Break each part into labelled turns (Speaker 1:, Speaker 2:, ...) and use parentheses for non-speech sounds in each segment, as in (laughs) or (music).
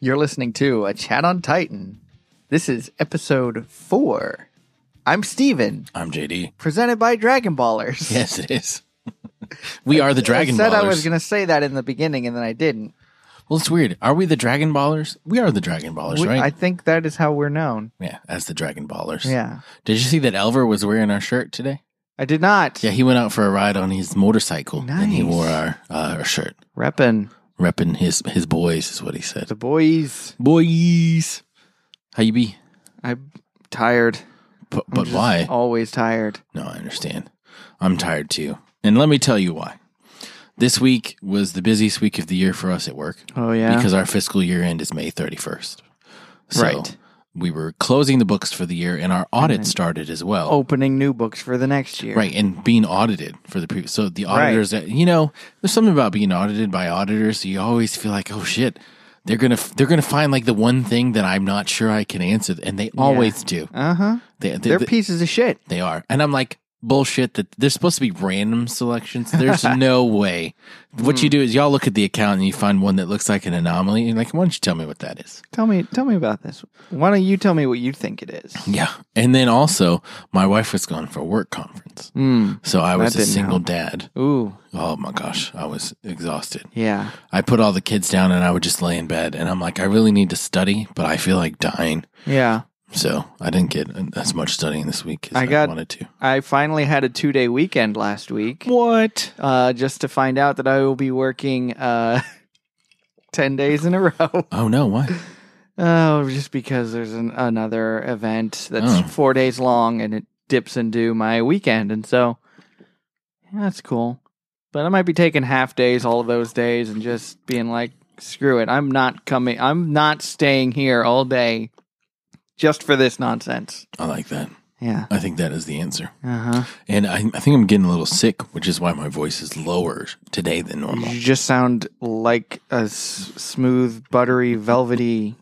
Speaker 1: You're listening to A Chat on Titan. This is episode four. I'm Steven,
Speaker 2: I'm JD.
Speaker 1: presented by Dragon Ballers.
Speaker 2: (laughs) Yes, it is. (laughs) we are the Dragon
Speaker 1: I said
Speaker 2: Ballers.
Speaker 1: I was going to say that in the beginning, and then I didn't.
Speaker 2: Well, it's weird. Are we the Dragon Ballers? We are the Dragon Ballers,
Speaker 1: We-
Speaker 2: right?
Speaker 1: I think that is how we're known.
Speaker 2: yeah, as the Dragon Ballers.
Speaker 1: Yeah.
Speaker 2: Did you see that Elver was wearing our shirt today?
Speaker 1: I did not.
Speaker 2: Yeah, he went out for a ride on his motorcycle and he
Speaker 1: Nice.
Speaker 2: wore our uh, our shirt,
Speaker 1: Reppin'
Speaker 2: repping his his boys is what he said.
Speaker 1: the boys.
Speaker 2: Boys, how you be?
Speaker 1: I'm tired.
Speaker 2: But,
Speaker 1: I'm
Speaker 2: but
Speaker 1: just
Speaker 2: why?
Speaker 1: Always tired.
Speaker 2: No, I understand. I'm tired too, and let me tell you why. This week was the busiest week of the year for us at work.
Speaker 1: Oh, yeah.
Speaker 2: because our fiscal year end is May 31st. So
Speaker 1: Right. Mm-hmm.
Speaker 2: We were closing the books for the year and our audit started as well.
Speaker 1: Opening new books for the next year.
Speaker 2: Right, and being audited for the previous. So the auditors, that you know, there's something about being audited by auditors. You always feel like, oh shit, they're gonna they're gonna find like the one thing that I'm not sure I can answer, and they always do.
Speaker 1: Uh huh.
Speaker 2: They, they,
Speaker 1: They're
Speaker 2: they-
Speaker 1: pieces of shit.
Speaker 2: they are, and I'm like bullshit. That there's supposed to be random
Speaker 1: (laughs)
Speaker 2: selections. There's no way. What
Speaker 1: Hmm.
Speaker 2: you do is y'all look at the account and you find one that looks like an anomaly, and you're like, why don't you tell me what that is?
Speaker 1: Tell me, tell me about this. Why don't you tell me what you think it is?
Speaker 2: Yeah. And then also, my wife was gone for a work conference.
Speaker 1: Mm.
Speaker 2: So I was
Speaker 1: That
Speaker 2: a
Speaker 1: didn't
Speaker 2: single dad.
Speaker 1: Ooh,
Speaker 2: Oh my gosh, I was exhausted.
Speaker 1: yeah.
Speaker 2: I put all the kids down and I would just lay in bed and I'm like, I really need to study, but I feel like dying.
Speaker 1: Yeah.
Speaker 2: So I didn't get as much studying this week as
Speaker 1: I
Speaker 2: I,
Speaker 1: got-
Speaker 2: wanted to.
Speaker 1: I finally had a two day weekend last week
Speaker 2: What?
Speaker 1: uh, just to find out that I will be working uh, (laughs) 10 days in a row. (laughs)
Speaker 2: Oh no, what?
Speaker 1: Oh, just because there's an, another event that's
Speaker 2: Oh.
Speaker 1: four days long and it dips into my weekend. And so yeah, that's cool. But I might be taking half days all of those days and just being like, screw it. I'm not coming. I'm not staying here all day just for this nonsense.
Speaker 2: I like that.
Speaker 1: Yeah.
Speaker 2: I think that is the answer.
Speaker 1: Uh huh.
Speaker 2: And I, I think I'm getting a little sick, which is why my voice is lower today than normal.
Speaker 1: You just sound like a s- smooth, buttery, velvety,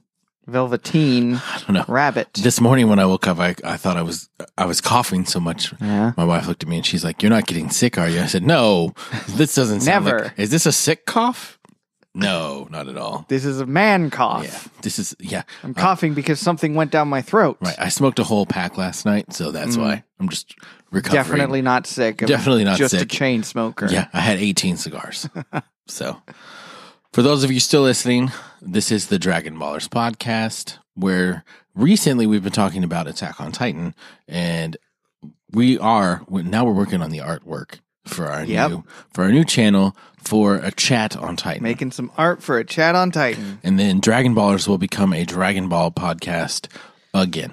Speaker 1: velveteen
Speaker 2: I don't know.
Speaker 1: rabbit.
Speaker 2: This morning when I woke up, I, I thought I was I was coughing so much
Speaker 1: yeah.
Speaker 2: My wife looked at me and she's like, "You're not getting sick, are you?" I said, "No, this doesn't sound
Speaker 1: Never.
Speaker 2: Like, is this a sick cough? No, not at all.
Speaker 1: This is a man (laughs) cough.
Speaker 2: Yeah, this is yeah.
Speaker 1: I'm coughing because something went down my throat.
Speaker 2: Right. I smoked a whole pack last night, so that's why I'm just recovering.
Speaker 1: Mm. Definitely not sick. I'm
Speaker 2: Definitely not
Speaker 1: just
Speaker 2: sick.
Speaker 1: a chain smoker.
Speaker 2: Yeah, I had
Speaker 1: (laughs)
Speaker 2: 18 cigars. so, for those of you still listening, this is the Dragon Ballers podcast where recently we've been talking about Attack on Titan and we are we- now we're working on the artwork for our
Speaker 1: Yep.
Speaker 2: new for our new channel for a chat on Titan.
Speaker 1: Making some art for a chat on Titan.
Speaker 2: and then Dragon Ballers will become a Dragon Ball podcast again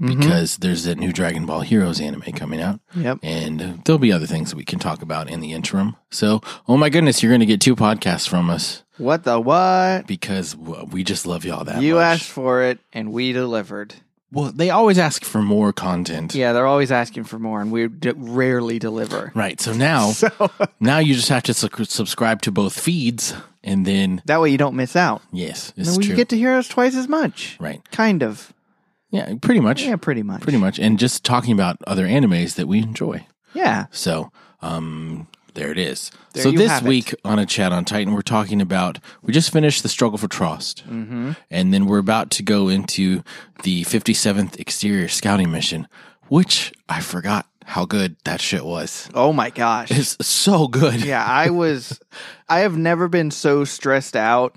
Speaker 1: Mm-hmm.
Speaker 2: because there's that new Dragon Ball Heroes anime coming out.
Speaker 1: Yep.
Speaker 2: And there'll be other things that we can talk about in the interim. So, oh my goodness, you're going to get two podcasts from us
Speaker 1: What the what?
Speaker 2: because w- we just love y'all that
Speaker 1: You
Speaker 2: much.
Speaker 1: asked for it and we delivered.
Speaker 2: Well, they always ask for more content.
Speaker 1: Yeah, they're always asking for more and we d- rarely deliver.
Speaker 2: Right. So now,
Speaker 1: (laughs) So
Speaker 2: (laughs) now you just have to su- subscribe to both feeds, and then
Speaker 1: that way you don't miss out.
Speaker 2: yes,
Speaker 1: And
Speaker 2: it's
Speaker 1: we
Speaker 2: true.
Speaker 1: get to hear us twice as much.
Speaker 2: right.
Speaker 1: Kind of.
Speaker 2: Yeah. Pretty much.
Speaker 1: Yeah, pretty much.
Speaker 2: Pretty much. And just talking about other animes that we enjoy.
Speaker 1: Yeah.
Speaker 2: So, um, there it is.
Speaker 1: There
Speaker 2: so
Speaker 1: you
Speaker 2: this
Speaker 1: have it.
Speaker 2: week on a chat on Titan, we're talking about we just finished the struggle for trust, mm-hmm. and then we're about to go into the 57th exterior scouting mission, which I forgot how good that shit was.
Speaker 1: Oh my gosh.
Speaker 2: It's so good.
Speaker 1: yeah, I was I have never been so stressed out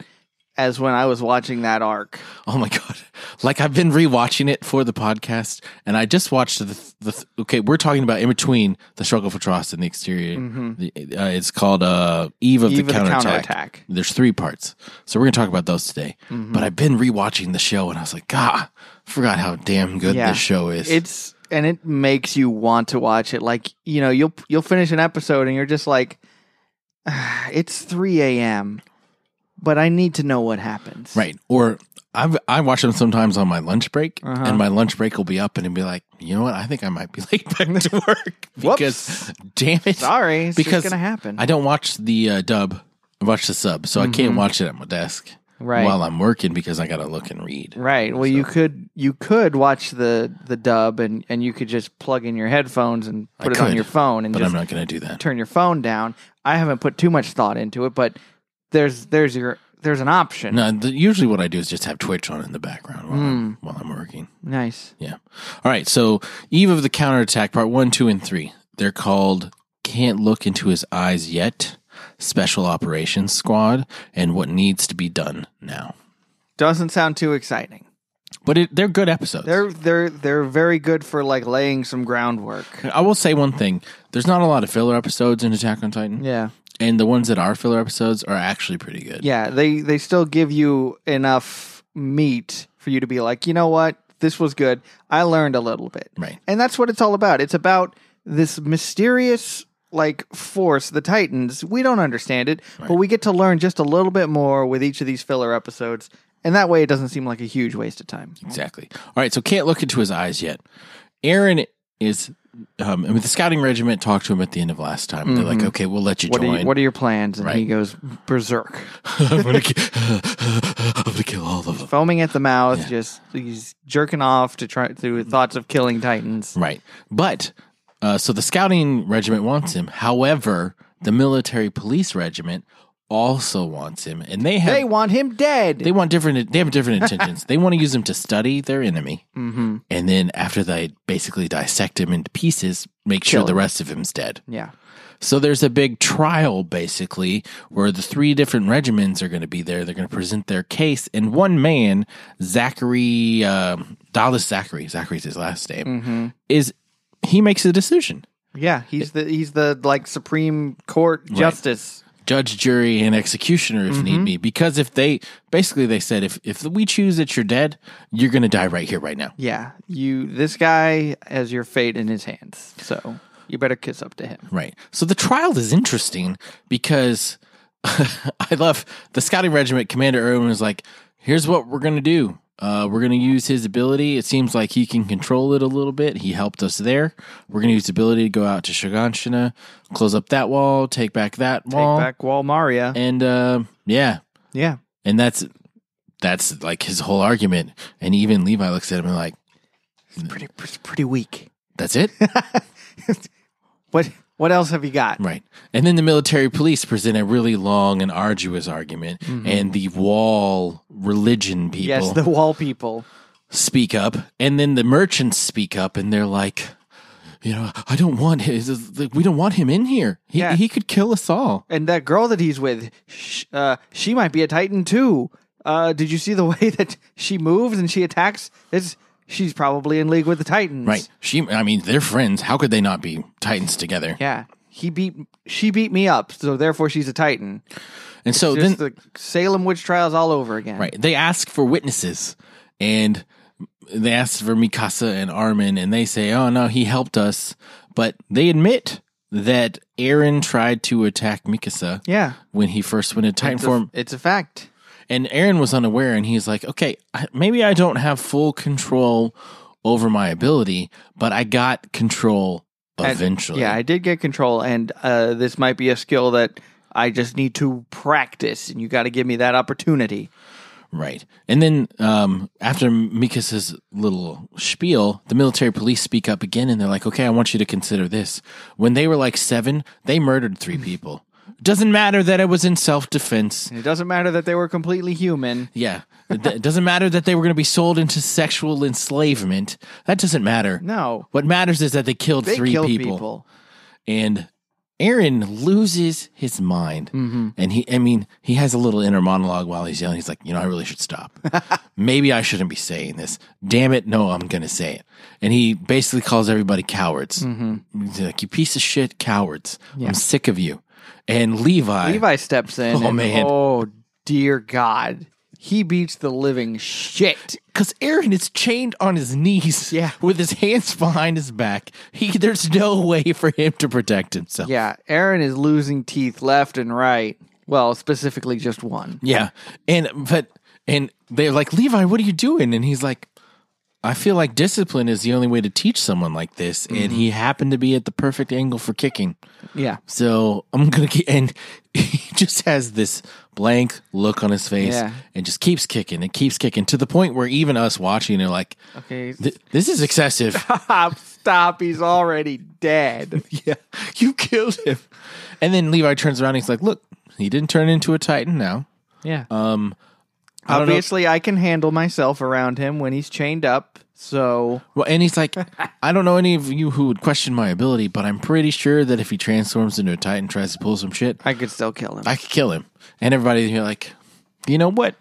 Speaker 1: as when I was watching that arc.
Speaker 2: Oh my god! Like I've been rewatching it for the podcast, and I just watched the the. Okay, we're talking about in between the struggle for trust and the exterior. The, uh, it's called uh, Eve of
Speaker 1: Mm-hmm. Eve of the
Speaker 2: the counterattack.
Speaker 1: Counterattack.
Speaker 2: There's three parts, so we're gonna talk about those today.
Speaker 1: Mm-hmm.
Speaker 2: But I've been rewatching the show, and I was like, God, I forgot how damn good
Speaker 1: Yeah.
Speaker 2: this show is.
Speaker 1: It's and it makes you want to watch it. Like you know, you'll you'll finish an episode and you're just like, "Ah, it's three a.m., but I need to know what happens.
Speaker 2: right, or I've I watch them sometimes on my lunch break,
Speaker 1: Uh-huh.
Speaker 2: and my lunch break will be up, and it'll be like, you know what? I think I might be (laughs) late back to
Speaker 1: (laughs)
Speaker 2: work because, damn it,
Speaker 1: Sorry, it's
Speaker 2: Because
Speaker 1: just gonna happen.
Speaker 2: I don't watch the uh, dub. I watch the sub, so I can't watch it at my desk
Speaker 1: Mm-hmm. right.
Speaker 2: while I'm working because I gotta look and read.
Speaker 1: Right. Well, you could you could watch the the dub and and you could just plug in your headphones and put it on
Speaker 2: could,
Speaker 1: your phone and
Speaker 2: But
Speaker 1: just
Speaker 2: I'm not gonna do that.
Speaker 1: turn your phone down. I haven't put too much thought into it, but there's there's your there's an option.
Speaker 2: No, the, usually what I do is just have Twitch on in the background while, I'm,
Speaker 1: Mm.
Speaker 2: while I'm working.
Speaker 1: Nice.
Speaker 2: Yeah. All right. So, Eve of the Counterattack, part one, two, and three. They're called Can't Look Into His Eyes Yet, Special Operations Squad, and What Needs to Be Done Now.
Speaker 1: Doesn't sound too exciting.
Speaker 2: But it, they're good episodes.
Speaker 1: They're they're they're very good for like laying some groundwork.
Speaker 2: I will say one thing there's not a lot of filler episodes in Attack on Titan,
Speaker 1: Yeah.
Speaker 2: and the ones that are filler episodes are actually pretty good.
Speaker 1: Yeah, they they still give you enough meat for you to be like, "You know what? This was good. I learned a little bit."
Speaker 2: Right.
Speaker 1: And that's what it's all about. It's about this mysterious like force, the Titans. We don't understand it, but we get to learn just a little bit more with each of these filler episodes. And that way it doesn't seem like a huge waste of time.
Speaker 2: Exactly. All right. So can't look into his eyes yet. Aaron is. Um, I mean, the scouting regiment talked to him at the end of last time. They're like, "Okay, we'll let you
Speaker 1: Mm-hmm. What are,
Speaker 2: join.
Speaker 1: you, what are your plans? And he
Speaker 2: Right.
Speaker 1: goes berserk,
Speaker 2: I'm, gonna ki- (laughs) I'm gonna kill all of them."
Speaker 1: foaming at the mouth, just he's jerking off to try through thoughts of killing titans.
Speaker 2: Right. But uh, so the scouting regiment wants him. However, the military police regiment also wants him, and they have
Speaker 1: They want him dead.
Speaker 2: they want different they have different (laughs) intentions they want to use him to study their enemy
Speaker 1: mm-hmm.
Speaker 2: and then after they basically dissect him into pieces make
Speaker 1: Kill
Speaker 2: sure the
Speaker 1: him.
Speaker 2: rest of him's dead
Speaker 1: Yeah.
Speaker 2: so there's a big trial basically where the three different regiments are going to be there they're going to present their case and one man zachary um, dallas zachary zachary's his last name is he makes a decision
Speaker 1: Yeah, he's the he's the like Supreme Court justice.
Speaker 2: judge, jury, and executioner if need be. Because if they basically they said if if we choose that you're dead, you're gonna die right here, right now.
Speaker 1: Yeah, you this guy has your fate in his hands, so you better kiss up to him.
Speaker 2: Right. So the trial is interesting because (laughs) I love the scouting regiment commander Irwin is like, here's what we're gonna do. Uh, we're gonna use his ability. It seems like he can control it a little bit. He helped us there. We're gonna use the ability to go out to Shiganshina, close up that wall, take back that wall,
Speaker 1: Take back Wall Maria.
Speaker 2: and uh, yeah,
Speaker 1: Yeah,
Speaker 2: And that's that's like his whole argument. And even Levi looks at him and like,
Speaker 1: it's pretty it's pretty weak.
Speaker 2: that's it?
Speaker 1: What what else have you got?
Speaker 2: right. And then the military police present a really long and arduous argument. And the wall religion people
Speaker 1: Mm-hmm. Yes, the Wall people.
Speaker 2: speak up. And then the merchants speak up and they're like, you know, I don't want his, like, we don't want him in here. He,
Speaker 1: Yeah.
Speaker 2: he could kill us all.
Speaker 1: And that girl that he's with, sh- uh, she might be a Titan too. Uh, did you see the (laughs) way that she moves and she attacks? It's, she's probably in league with the Titans.
Speaker 2: Right. She, I mean, they're friends. How could they not be Titans together?
Speaker 1: Yeah. He beat she beat me up, so therefore she's a Titan.
Speaker 2: And so then
Speaker 1: Just the Salem witch trials all over again.
Speaker 2: Right. They ask for witnesses and they ask for Mikasa and Armin and they say, oh no, he helped us. But they admit that Aaron tried to attack Mikasa
Speaker 1: Yeah.
Speaker 2: when he first went into
Speaker 1: It's
Speaker 2: Titanform.
Speaker 1: a, it's a fact.
Speaker 2: And Aaron was unaware and he's like, okay, I- maybe I don't have full control over my ability, but I got control
Speaker 1: And-
Speaker 2: eventually.
Speaker 1: Yeah, I did get control, and uh, this might be a skill that I just need to practice, and you got to give me that opportunity.
Speaker 2: Right. And then um, after Mikasa's little spiel, the military police speak up again and they're like, okay, I want you to consider this. When they were like seven, they murdered three
Speaker 1: Hmm.
Speaker 2: people. Doesn't matter that it was in self defense.
Speaker 1: And it doesn't matter that they were completely human.
Speaker 2: Yeah. It it doesn't matter that they were going to be sold into sexual enslavement. That doesn't matter.
Speaker 1: No,
Speaker 2: What matters is that they killed
Speaker 1: they
Speaker 2: three
Speaker 1: killed
Speaker 2: people. And Aaron loses his mind. And he, I mean, he has a little inner monologue while he's yelling. He's like, you know, I really should stop. Maybe I shouldn't be saying this. Damn it. No, I'm going to say it. And he basically calls everybody cowards. He's like, you piece of shit cowards. I'm sick of you. And Levi,
Speaker 1: Levi steps in.
Speaker 2: Oh,
Speaker 1: and,
Speaker 2: man.
Speaker 1: Oh dear God, he beats the living shit.
Speaker 2: because Aaron is chained on his knees
Speaker 1: Yeah.
Speaker 2: with his hands behind his back. He, there's no way for him to protect himself.
Speaker 1: Yeah, Aaron is losing teeth left and right. Well, specifically just one.
Speaker 2: Yeah. And but and they're like, Levi, what are you doing? And he's like, I feel like discipline is the only way to teach someone like this. And he happened to be at the perfect angle for kicking.
Speaker 1: Yeah.
Speaker 2: So I'm gonna keep and (laughs) he just has this blank look on his face
Speaker 1: Yeah.
Speaker 2: and just keeps kicking and keeps kicking to the point where even us watching are like,
Speaker 1: Okay.
Speaker 2: "Th- this is excessive.
Speaker 1: Stop, (laughs) stop. He's already dead.
Speaker 2: (laughs) (laughs) yeah. You killed him. And then Levi turns around and he's like, Look, he didn't turn into a Titan now.
Speaker 1: Yeah.
Speaker 2: Um, I don't know-
Speaker 1: Obviously, I can handle myself around him when he's chained up. So
Speaker 2: Well, and he's (laughs) like, I don't know any of you who would question my ability, but I'm pretty sure that if he transforms into a titan, tries to pull some shit,
Speaker 1: I could still kill him. I
Speaker 2: I could kill him. And everybody's gonna be like, you know what?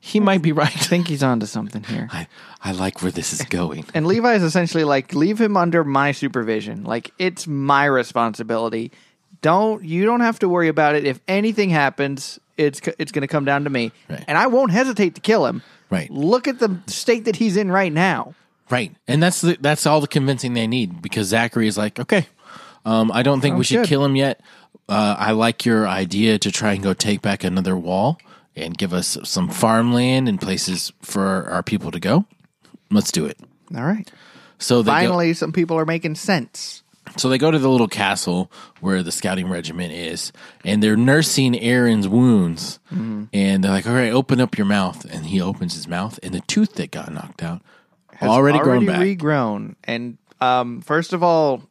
Speaker 2: He might be (laughs) right.
Speaker 1: think he's onto something here.
Speaker 2: I, I like where this is going.
Speaker 1: And Levi is essentially like, leave him under my supervision. Like it's my responsibility. Don't you don't have to worry about it. If anything happens, it's c- it's going to come down to me,
Speaker 2: Right.
Speaker 1: and I won't hesitate to kill him.
Speaker 2: Right.
Speaker 1: Look at the state that he's in right now.
Speaker 2: (laughs) Right, and that's the, that's all the convincing they need because Zachary is like, okay, um, I don't think we should
Speaker 1: good.
Speaker 2: kill him yet. Uh, I like your idea to try and go take back another wall and give us some farmland and places for our people to go. Let's do it.
Speaker 1: All right.
Speaker 2: So they go-
Speaker 1: Finally, some people are making sense.
Speaker 2: So they go to the little castle where the scouting regiment is, and they're nursing Aaron's wounds.
Speaker 1: Mm-hmm.
Speaker 2: And they're like, "All right, open up your mouth." And he opens his mouth, and the tooth that got knocked out already, grown back.
Speaker 1: regrown. And um, first of all,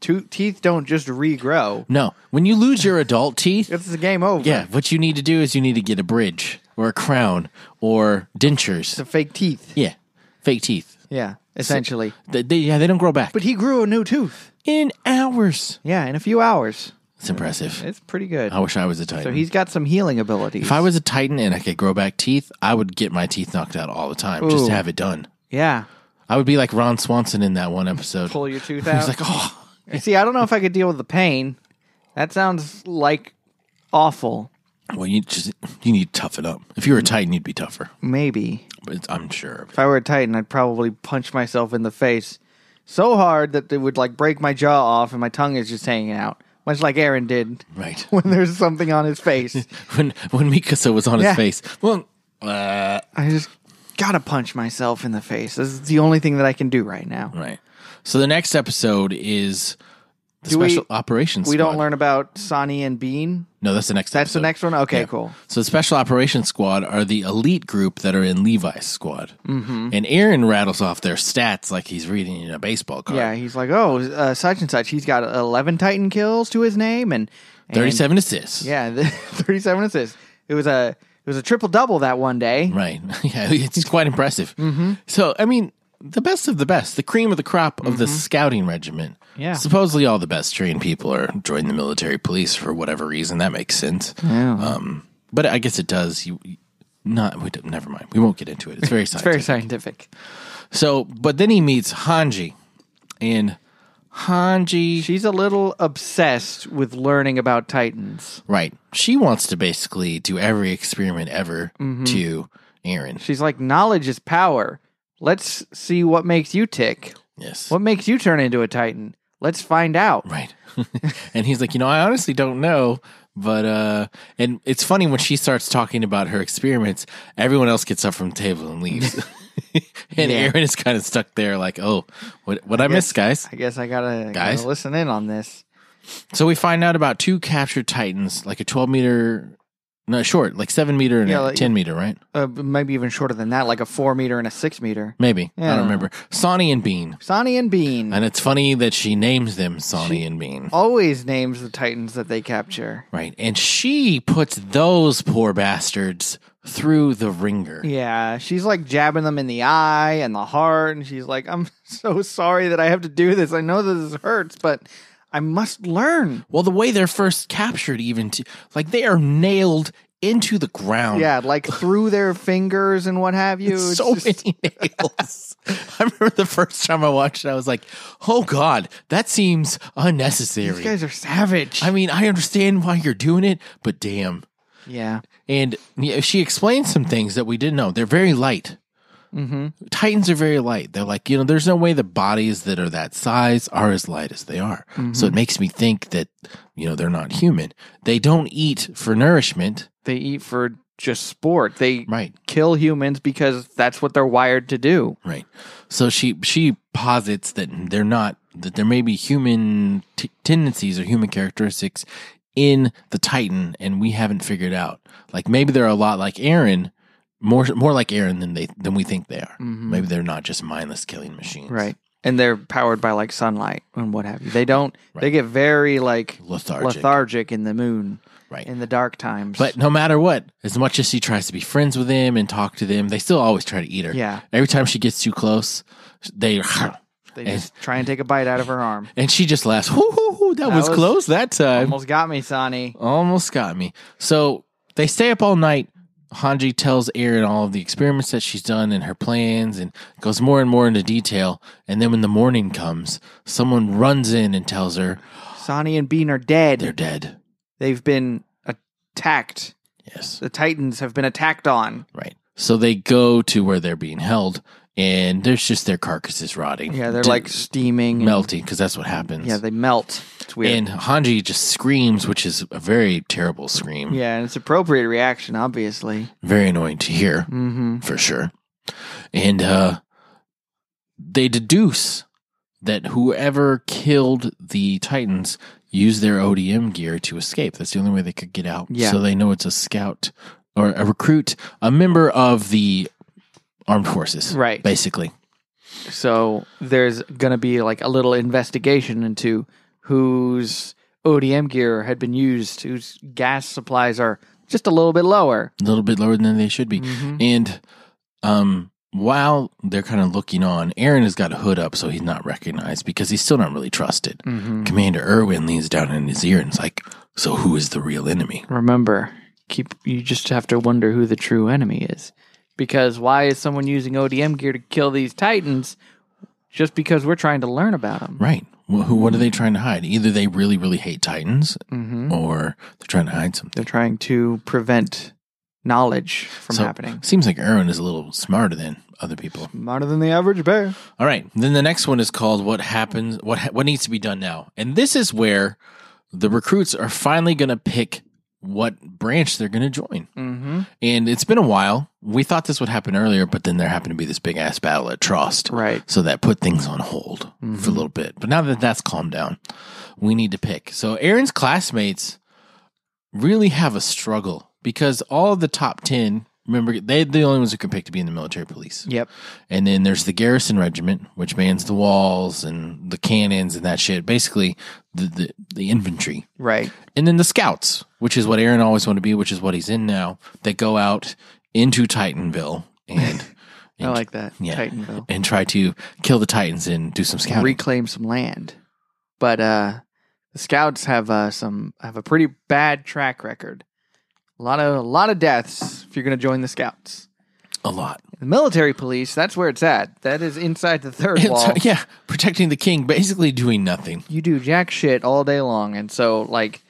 Speaker 1: to- teeth don't just regrow.
Speaker 2: no, when you lose your adult teeth,
Speaker 1: It's the game over.
Speaker 2: yeah, what you need to do is you need to get a bridge or a crown or dentures.
Speaker 1: the fake teeth.
Speaker 2: Yeah, fake teeth.
Speaker 1: Yeah, essentially.
Speaker 2: They, they- yeah, they don't grow back.
Speaker 1: But he grew a new tooth.
Speaker 2: in hours,
Speaker 1: Yeah, in a few hours.
Speaker 2: it's impressive.
Speaker 1: It's pretty good.
Speaker 2: I wish I was a titan.
Speaker 1: So he's got some healing abilities.
Speaker 2: If I was a Titan and I could grow back teeth, I would get my teeth knocked out all the time just
Speaker 1: Ooh.
Speaker 2: to have it done.
Speaker 1: yeah,
Speaker 2: I would be like Ron Swanson in that one episode.
Speaker 1: pull your
Speaker 2: (laughs)
Speaker 1: tooth
Speaker 2: He's
Speaker 1: out.
Speaker 2: like, oh,
Speaker 1: See, I don't know if I could deal with the pain. That sounds like awful.
Speaker 2: well, you just you need to toughen up. If you were a Titan, you'd be tougher.
Speaker 1: Maybe
Speaker 2: But it's, I'm sure. of it.
Speaker 1: if I were a Titan, I'd probably punch myself in the face so hard that it would like break my jaw off and my tongue is just hanging out, much like Aaron did
Speaker 2: Right. (laughs)
Speaker 1: (laughs) when there's something on his face.
Speaker 2: When when Mikasa was on
Speaker 1: Yeah.
Speaker 2: his face, well, uh,
Speaker 1: I just gotta punch myself in the face. This is the only thing that I can do right now.
Speaker 2: right. So the next episode is the
Speaker 1: Do we-
Speaker 2: special operations.
Speaker 1: We don't
Speaker 2: Squad.
Speaker 1: learn about Sonny and Bean.
Speaker 2: No, that's the next.
Speaker 1: That's the
Speaker 2: episode.
Speaker 1: next one. Okay,
Speaker 2: Yeah.
Speaker 1: cool.
Speaker 2: So the special operations squad are the elite group that are in Levi's squad, mm-hmm. and Aaron rattles off their stats like he's reading in a baseball card.
Speaker 1: Yeah, he's like, oh, uh, such and such. He's got eleven Titan kills to his name and, and-
Speaker 2: thirty-seven assists.
Speaker 1: Yeah, (laughs) thirty-seven assists. It was a it was a triple double that one day.
Speaker 2: Right. (laughs) Yeah, it's quite impressive. Mm-hmm. So, I mean, the best of the best, the cream of the crop of the scouting regiment.
Speaker 1: Mm-hmm. Yeah.
Speaker 2: Supposedly, all the best trained people are joining the military police for whatever reason. That makes sense.
Speaker 1: Yeah.
Speaker 2: Um, but I guess it does. You, you- not. We, don't- never mind. We won't get into it. It's
Speaker 1: (laughs)
Speaker 2: very
Speaker 1: it's
Speaker 2: scientific.
Speaker 1: very scientific.
Speaker 2: so, but then he meets Hanji, and Hanji.
Speaker 1: She's a little obsessed with learning about Titans.
Speaker 2: right. She wants to basically do every experiment ever
Speaker 1: Mm-hmm.
Speaker 2: to Aaron.
Speaker 1: She's like, knowledge is power. Let's see what makes you tick.
Speaker 2: Yes.
Speaker 1: What makes you turn into a Titan? Let's find out.
Speaker 2: Right. (laughs) and he's like, you know, I honestly don't know, but uh and it's funny when she starts talking about her experiments, everyone else gets up from the table and leaves. (laughs) and Aaron is kind of stuck there like, "Oh, what what I, miss, guys?"
Speaker 1: I guess I gotta,
Speaker 2: Guys?
Speaker 1: gotta listen in on this.
Speaker 2: So we find out about two captured titans, like a 12 meter no, short, like 7 meter and
Speaker 1: Yeah,
Speaker 2: a
Speaker 1: like-
Speaker 2: 10 meter, right?
Speaker 1: Uh, maybe even shorter than that, like a four meter and a six meter.
Speaker 2: Maybe. I
Speaker 1: Yeah.
Speaker 2: don't remember. Sonny and Bean.
Speaker 1: Sonny and Bean
Speaker 2: And it's funny that she names them Sonny and Bean.
Speaker 1: always names the Titans that they capture.
Speaker 2: Right. And she puts those poor bastards through the ringer.
Speaker 1: Yeah, she's like jabbing them in the eye and the heart, and she's like, "I'm (laughs) so sorry that I have to do this. I know that this hurts, but I must learn."
Speaker 2: Well, the way they're first captured, even to, like they are nailed into the ground.
Speaker 1: Yeah, like
Speaker 2: (laughs)
Speaker 1: through their fingers and what have you. It's
Speaker 2: so
Speaker 1: just-
Speaker 2: many (laughs) nails. I remember the first time I watched it, I was like, "Oh God, that seems
Speaker 1: these
Speaker 2: unnecessary."
Speaker 1: guys are savage.
Speaker 2: I mean, I understand why you're doing it, but damn.
Speaker 1: yeah,
Speaker 2: And yeah, she explains some things that we didn't know. They're very light.
Speaker 1: hmm
Speaker 2: Titans are very light. They're like, you know, there's no way the bodies that are that size are as light as they are.
Speaker 1: Mm-hmm.
Speaker 2: So it makes me think that, you know, they're not human. They don't eat for nourishment.
Speaker 1: they eat for just sport. They
Speaker 2: Right.
Speaker 1: kill humans because that's what they're wired to do.
Speaker 2: Right. So she she posits that they're not that there may be human t- tendencies or human characteristics in the Titan, and we haven't figured out. Like maybe they're a lot like Aaron, more more like Aaron than they than we think they are.
Speaker 1: Mhm.
Speaker 2: Maybe they're not just mindless killing machines.
Speaker 1: Right. and they're powered by like sunlight and what have you. They don't. They get very like
Speaker 2: Lethargic.
Speaker 1: lethargic, in the moon,
Speaker 2: Right.
Speaker 1: in the dark times.
Speaker 2: But no matter what, as much as she tries to be friends with him and talk to them, they still always try to eat her.
Speaker 1: Yeah.
Speaker 2: Every time she gets too close, they (laughs)
Speaker 1: they just try and take a bite out of her
Speaker 2: (sighs)
Speaker 1: arm.
Speaker 2: and she just laughs. Hoo, hoo, hoo, that,
Speaker 1: That
Speaker 2: was,
Speaker 1: was-
Speaker 2: close that time.
Speaker 1: Almost got me, Sonny.
Speaker 2: Almost got me. So they stay up all night. Hanji tells Aaron all of the experiments that she's done and her plans and goes more and more into detail. And then when the morning comes, someone runs in and tells her
Speaker 1: Sonny and Bean are dead.
Speaker 2: they're dead.
Speaker 1: They've been attacked.
Speaker 2: Yes.
Speaker 1: The Titans have been attacked on.
Speaker 2: Right. So they go to where they're being held and there's just their carcasses rotting.
Speaker 1: Yeah, they're
Speaker 2: D-
Speaker 1: like steaming. and-
Speaker 2: melting because that's what happens.
Speaker 1: yeah, they melt. It's weird.
Speaker 2: and Hanji just screams, which is a very terrible scream.
Speaker 1: yeah, and it's appropriate reaction, obviously.
Speaker 2: Very annoying to hear.
Speaker 1: Mm-hmm.
Speaker 2: for sure. And uh, they deduce that whoever killed the Titans used their ODM gear to escape. That's the only way they could get out.
Speaker 1: Yeah.
Speaker 2: So they know it's a scout or a recruit, a member of the armed forces,
Speaker 1: Right.
Speaker 2: basically.
Speaker 1: So there's going to be like a little investigation into whose ODM gear had been used, whose gas supplies are just a little bit lower.
Speaker 2: A little bit lower than they should be.
Speaker 1: Mhm.
Speaker 2: And um, while they're kind of looking on, Aaron has got a hood up so he's not recognized because he's still not really trusted.
Speaker 1: Mm-hmm.
Speaker 2: Commander Irwin leans down in his ear and is like, So who is the real enemy?
Speaker 1: Remember, keep you just have to wonder who the true enemy is. Because why is someone using ODM gear to kill these titans just because we're trying to learn about them?
Speaker 2: Right. Well, who, what are they trying to hide? Either they really, really hate Titans
Speaker 1: hmm
Speaker 2: or they're trying to hide something.
Speaker 1: They're trying to prevent knowledge from
Speaker 2: So,
Speaker 1: happening.
Speaker 2: Seems like Aaron is a little smarter than other people.
Speaker 1: Smarter than the average bear.
Speaker 2: All right. Then the next one is called What Happens, What, ha- what Needs to Be Done Now. And this is where the recruits are finally going to pick what branch they're going to join.
Speaker 1: hmm
Speaker 2: And it's been a while. We thought this would happen earlier, but then there happened to be this big ass battle at Trost.
Speaker 1: Right.
Speaker 2: So that put things on hold
Speaker 1: Mm-hmm.
Speaker 2: for a little bit. But now that that's calmed down, we need to pick. So Aaron's classmates really have a struggle because all of the top 10, remember, they're the only ones who can pick to be in the military police.
Speaker 1: Yep.
Speaker 2: And then there's the garrison regiment, which mans the walls and the cannons and that shit. Basically, the, the, the infantry.
Speaker 1: Right.
Speaker 2: And then the scouts, which is what Aaron always wanted to be, which is what he's in now, that go out into Titanville and
Speaker 1: (laughs) I like that.
Speaker 2: yeah. (laughs)
Speaker 1: Titanville.
Speaker 2: and try to kill the Titans and do some scouting.
Speaker 1: reclaim some land. But uh, the scouts have uh, some have a pretty bad track record. A lot of a lot of deaths if you're going to join the scouts.
Speaker 2: a lot.
Speaker 1: The military police, that's where it's at. That is inside the
Speaker 2: (laughs)
Speaker 1: third
Speaker 2: And
Speaker 1: wall.
Speaker 2: so- yeah, protecting the king, basically doing nothing.
Speaker 1: You do jack shit all day long, and so like,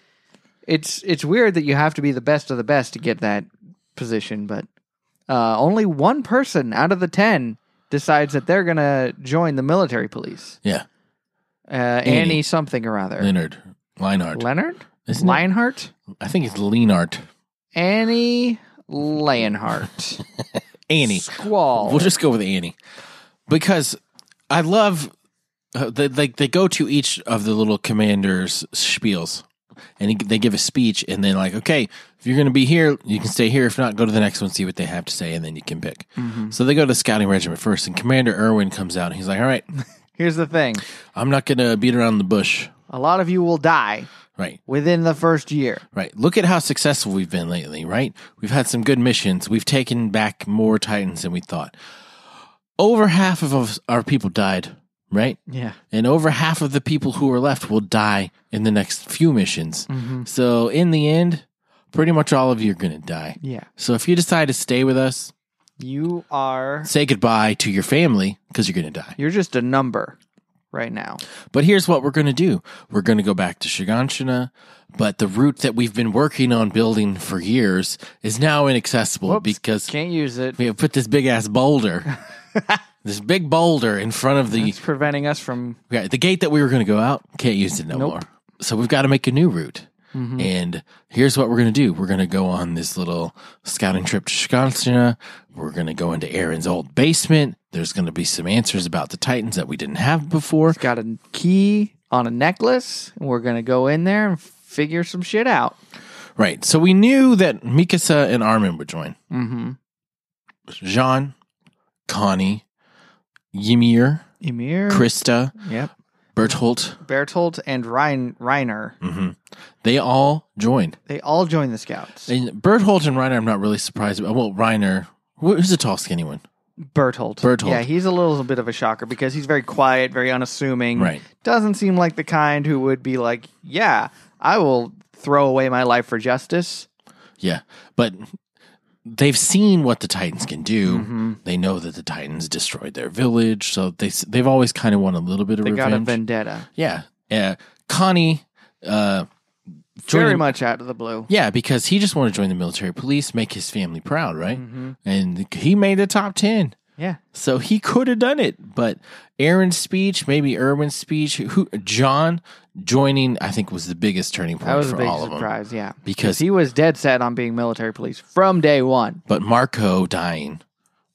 Speaker 1: it's it's weird that you have to be the best of the best to get that position. But uh, only one person out of the ten decides that they're going to join the military police.
Speaker 2: Yeah,
Speaker 1: Uh, Annie. something or other.
Speaker 2: Leonard, Leinart.
Speaker 1: Leonard?
Speaker 2: Isn't it-
Speaker 1: Lionheart?
Speaker 2: I think it's Leonard.
Speaker 1: Annie
Speaker 2: (laughs)
Speaker 1: Lionheart.
Speaker 2: Annie.
Speaker 1: Squall.
Speaker 2: We'll just go with Annie because I love uh, they, they they go to each of the little commanders spiels and he, they give a speech and then like okay if you're going to be here you can stay here if not go to the next one see what they have to say and then you can pick
Speaker 1: Mm-hmm.
Speaker 2: so they go to the scouting regiment first and commander irwin comes out and he's like all right
Speaker 1: Here's the thing
Speaker 2: i'm not going to beat around the bush
Speaker 1: a lot of you will die
Speaker 2: right
Speaker 1: within the first year.
Speaker 2: Right. Look at how successful we've been lately, right? We've had some good missions. We've taken back more Titans than we thought. Over half of us, our people died, right?
Speaker 1: Yeah.
Speaker 2: And over half of the people who are left will die in the next few missions.
Speaker 1: Mm-hmm.
Speaker 2: So, in the end, pretty much all of you are going to die.
Speaker 1: Yeah.
Speaker 2: So, if you decide to stay with us,
Speaker 1: You are.
Speaker 2: say goodbye to your family because you're going to die.
Speaker 1: You're just a number right now.
Speaker 2: But here's what we're going to do. We're going to go back to Shiganshina, but the route that we've been working on building for years is now inaccessible
Speaker 1: Whoops.
Speaker 2: because
Speaker 1: Can't use it.
Speaker 2: we have put this big ass boulder,
Speaker 1: (laughs)
Speaker 2: this big boulder in front of the
Speaker 1: It's preventing us from.
Speaker 2: okay, the gate that we were going to go out. Can't use it no
Speaker 1: Nope. Mm-hmm.
Speaker 2: more. So we've got to make a new route. And here's what we're going to do. We're going to go on this little scouting trip to Shiganshina. We're going to go into Aaron's old basement. There's going to be some answers about the Titans that we didn't have before.
Speaker 1: It's got a key on a necklace, and we're going to go in there and figure some shit out.
Speaker 2: Right. So we knew that Mikasa
Speaker 1: Mm-hmm.
Speaker 2: and Armin would join.
Speaker 1: Mm hmm.
Speaker 2: Jean, Connie, Ymir,
Speaker 1: Emir,
Speaker 2: Krista,
Speaker 1: yep,
Speaker 2: Bertholdt.
Speaker 1: Bertolt, and Rein Reiner.
Speaker 2: hmm They all joined.
Speaker 1: They all joined the Scouts.
Speaker 2: And Bertholdt and Reiner, I'm not really surprised about. Well, Reiner, wh- who's the tall, skinny one?
Speaker 1: Bertolt.
Speaker 2: Bertolt.
Speaker 1: Yeah, he's a little bit of a shocker because he's very quiet, very unassuming.
Speaker 2: Right.
Speaker 1: Doesn't seem like the kind who would be like, yeah, I will throw away my life for justice.
Speaker 2: Yeah. But they've seen what the Titans can do.
Speaker 1: Mm-hmm.
Speaker 2: They know that the Titans destroyed their village, so they s- they've always kind of won a little bit of
Speaker 1: They
Speaker 2: revenge.
Speaker 1: got a vendetta.
Speaker 2: yeah. Uh, Connie uh
Speaker 1: Very
Speaker 2: joining-
Speaker 1: much out of the blue.
Speaker 2: Yeah, because he just wanted to join the military police, make his family proud, right?
Speaker 1: Mhm.
Speaker 2: And he made the top 10.
Speaker 1: Yeah.
Speaker 2: So he could have done it, but Aaron's speech, maybe Irwin's speech, who John joining, I think was the biggest turning point
Speaker 1: That was a
Speaker 2: for
Speaker 1: big
Speaker 2: all of them.
Speaker 1: surprise. Yeah.
Speaker 2: Because
Speaker 1: He was dead set on being military police from day one.
Speaker 2: but Marco dying,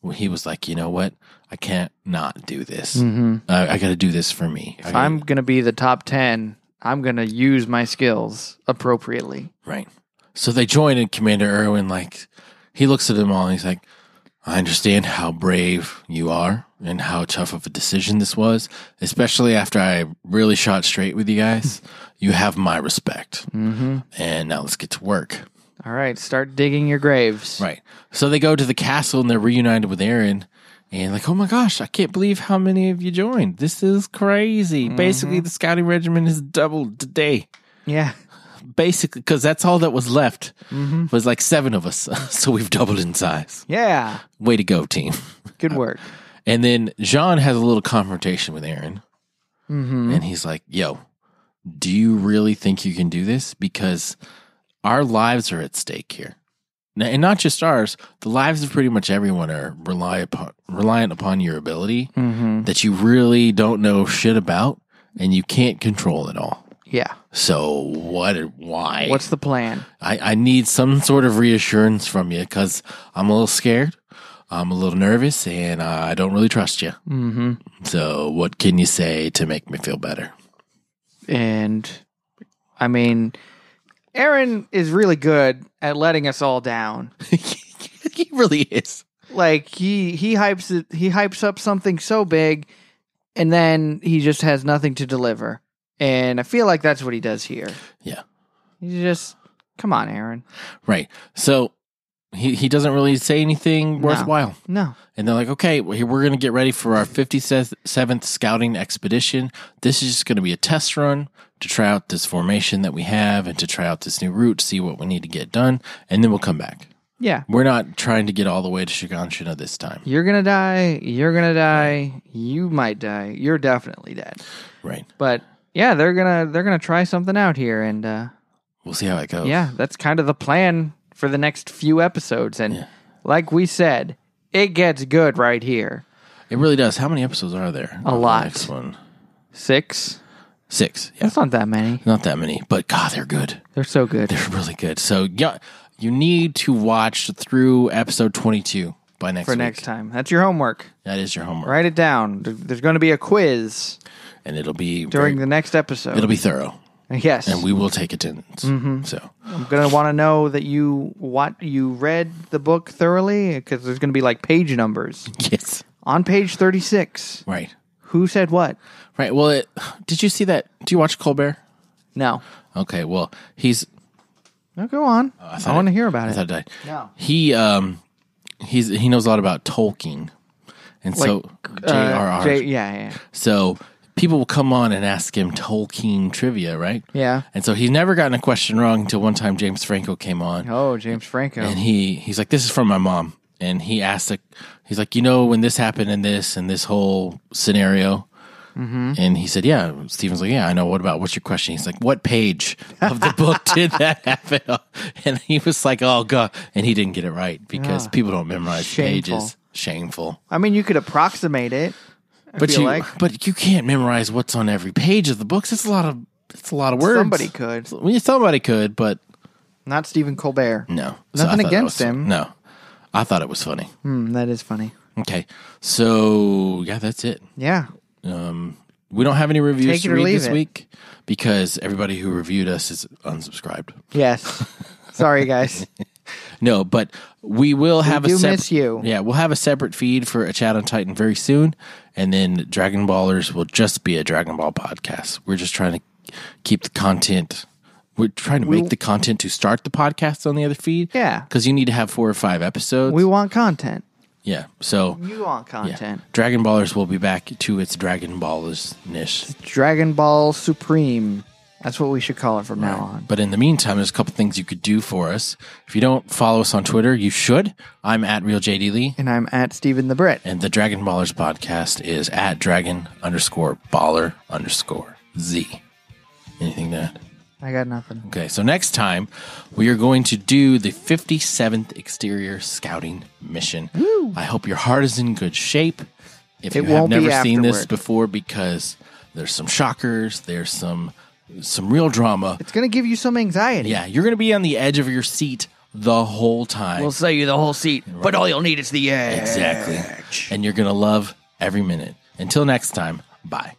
Speaker 2: well, he was like, you know what, I can't not do this.
Speaker 1: Mm-hmm.
Speaker 2: I, I got to do this for me. I
Speaker 1: If
Speaker 2: gotta-
Speaker 1: I'm going to be the top 10, I'm going to use my skills appropriately.
Speaker 2: right. So they join, and Commander Irwin like he looks at them all, and he's like, I understand how brave you are and how tough of a decision this was, especially after I really shot straight with you guys. you have my respect,
Speaker 1: Mm-hmm.
Speaker 2: and now let's get to work.
Speaker 1: All right. Start digging your graves.
Speaker 2: Right. So they go to the castle and they're reunited with Aaron. And like, oh my gosh, I can't believe how many of you joined. This is crazy. Basically, the scouting regiment is doubled today.
Speaker 1: Yeah.
Speaker 2: Basically, because that's all that was left
Speaker 1: Mm-hmm.
Speaker 2: was like seven of us. (laughs) so we've doubled in size.
Speaker 1: Yeah.
Speaker 2: Way to go, team.
Speaker 1: Good work.
Speaker 2: And then Jean has a little confrontation with Aaron.
Speaker 1: Mm-hmm.
Speaker 2: And he's like, yo, do you really think you can do this? Because our lives are at stake here. Now, and not just ours, the lives of pretty much everyone are rely upon, reliant upon your ability
Speaker 1: Mm-hmm.
Speaker 2: that you really don't know shit about and you can't control it all.
Speaker 1: Yeah.
Speaker 2: So what? Why?
Speaker 1: What's the plan?
Speaker 2: I, I need some sort of reassurance from you because I'm a little scared, I'm a little nervous, and I don't really trust you.
Speaker 1: Mm-hmm.
Speaker 2: So what can you say to make me feel better?
Speaker 1: And I mean, Aaron is really good at letting us all down.
Speaker 2: (laughs) he really is.
Speaker 1: Like he he hypes it, he hypes up something so big, and then he just has nothing to deliver. And I feel like that's what he does here.
Speaker 2: Yeah.
Speaker 1: He just come on, Aaron.
Speaker 2: Right. So he, he doesn't really say anything
Speaker 1: No.
Speaker 2: worthwhile.
Speaker 1: No.
Speaker 2: And they're like, okay, well, here, we're going to get ready for our 57th scouting expedition. This is just going to be a test run to try out this formation that we have and to try out this new route, see what we need to get done. And then we'll come back.
Speaker 1: Yeah.
Speaker 2: We're not trying to get all the way to Shiganshina this time.
Speaker 1: You're gonna die. You're gonna die. You might die. You're definitely dead.
Speaker 2: Right.
Speaker 1: But yeah, they're gonna they're gonna try something out here, and uh,
Speaker 2: We'll see how it goes.
Speaker 1: yeah, that's kind of the plan for the next few episodes. And
Speaker 2: Yeah.
Speaker 1: like we said, it gets good right here.
Speaker 2: It really does. How many episodes are there?
Speaker 1: A
Speaker 2: of the
Speaker 1: lot.
Speaker 2: Next one.
Speaker 1: Six.
Speaker 2: Six. Yeah.
Speaker 1: That's not that many.
Speaker 2: Not that many, but God, they're good.
Speaker 1: They're so good.
Speaker 2: They're really good. So yeah, you need to watch through episode 22 by next
Speaker 1: For
Speaker 2: week.
Speaker 1: next time, that's your homework.
Speaker 2: That is your homework,
Speaker 1: Write it down. There- There's going to be a quiz
Speaker 2: and it'll be
Speaker 1: during
Speaker 2: very-
Speaker 1: the next episode.
Speaker 2: it'll be thorough,
Speaker 1: yes,
Speaker 2: and we will take attendance.
Speaker 1: Mm-hmm.
Speaker 2: So (laughs)
Speaker 1: I'm going to want to know that you what you read the book thoroughly because there's going to be like page numbers
Speaker 2: yes,
Speaker 1: on page 36.
Speaker 2: right,
Speaker 1: Who said what?
Speaker 2: right. Well, it, (sighs) did you see that? Do you watch Colbert?
Speaker 1: No.
Speaker 2: Okay, well he's
Speaker 1: No, go on. I, want to hear about
Speaker 2: Oh, I
Speaker 1: it.
Speaker 2: thought I,
Speaker 1: No.
Speaker 2: he um he's he knows a lot about Tolkien, and so
Speaker 1: Uh,
Speaker 2: J.R.R.
Speaker 1: J- yeah, yeah,
Speaker 2: So people will come on and ask him Tolkien trivia, right?
Speaker 1: yeah.
Speaker 2: And so he's never gotten a question wrong until one time James Franco came on
Speaker 1: Oh, James Franco.
Speaker 2: and he he's like, "This is from my mom." And he asked, like, he's like, "You know when this happened and this and this whole scenario?"
Speaker 1: Mm-hmm.
Speaker 2: And he said, "Yeah." Steven's like, "Yeah, I know. What about what's your question?" He's like, "What page of the
Speaker 1: (laughs)
Speaker 2: book did that happen?" on?" And he was like, "Oh god!" And he didn't get it right because people don't memorize
Speaker 1: Shameful.
Speaker 2: pages. Shameful.
Speaker 1: I mean, you could approximate it.
Speaker 2: but
Speaker 1: feel
Speaker 2: you
Speaker 1: like.
Speaker 2: but you can't memorize what's on every page of the books. It's a lot of it's a lot of words.
Speaker 1: Somebody could.
Speaker 2: Well, somebody could, but
Speaker 1: Not Stephen Colbert.
Speaker 2: no. I
Speaker 1: Nothing
Speaker 2: thought that
Speaker 1: against
Speaker 2: was-
Speaker 1: him.
Speaker 2: No, I thought it was funny.
Speaker 1: Hmm, that is funny.
Speaker 2: Okay. So yeah, that's it.
Speaker 1: Yeah.
Speaker 2: We don't have any reviews
Speaker 1: Take
Speaker 2: to
Speaker 1: it or
Speaker 2: read
Speaker 1: leave
Speaker 2: this
Speaker 1: it.
Speaker 2: week
Speaker 1: (laughs)
Speaker 2: because everybody who reviewed us is unsubscribed.
Speaker 1: Yes. Sorry, guys.
Speaker 2: No, but we will have
Speaker 1: do
Speaker 2: a separate.
Speaker 1: miss you.
Speaker 2: Yeah, we'll have a separate feed for a chat on Titan very soon, and then Dragon Ballers will just be a Dragon Ball podcast. We're just trying to keep the content. We're trying to make the content to start the podcast on the other feed.
Speaker 1: Yeah.
Speaker 2: because you need to have four or five episodes.
Speaker 1: We want content.
Speaker 2: yeah, so
Speaker 1: You want
Speaker 2: yeah,
Speaker 1: content.
Speaker 2: Dragon Ballers will be back to its Dragon Ballers niche.
Speaker 1: Dragon Ball Supreme. That's what we should call it from now on.
Speaker 2: But in the meantime, there's a couple things you could do for us. If you don't follow us on Twitter, you should. I'm at real JD Lee,
Speaker 1: And I'm at Stephen the Brit.
Speaker 2: and the Dragon Ballers podcast is at dragon underscore baller underscore z. Anything to add?
Speaker 1: I got nothing.
Speaker 2: Okay, so next time we are going to do the 57th exterior scouting mission. I hope your heart is in good shape. If
Speaker 1: It
Speaker 2: you have
Speaker 1: won't be
Speaker 2: never seen this
Speaker 1: afterward.
Speaker 2: before, because there's some shockers, there's some some real drama.
Speaker 1: It's going to give you some anxiety.
Speaker 2: Yeah, you're going to be on the edge of your seat the whole time.
Speaker 1: We'll sell you the whole seat, but all you'll need is the edge.
Speaker 2: exactly. And you're going to love every minute. Until next time, bye.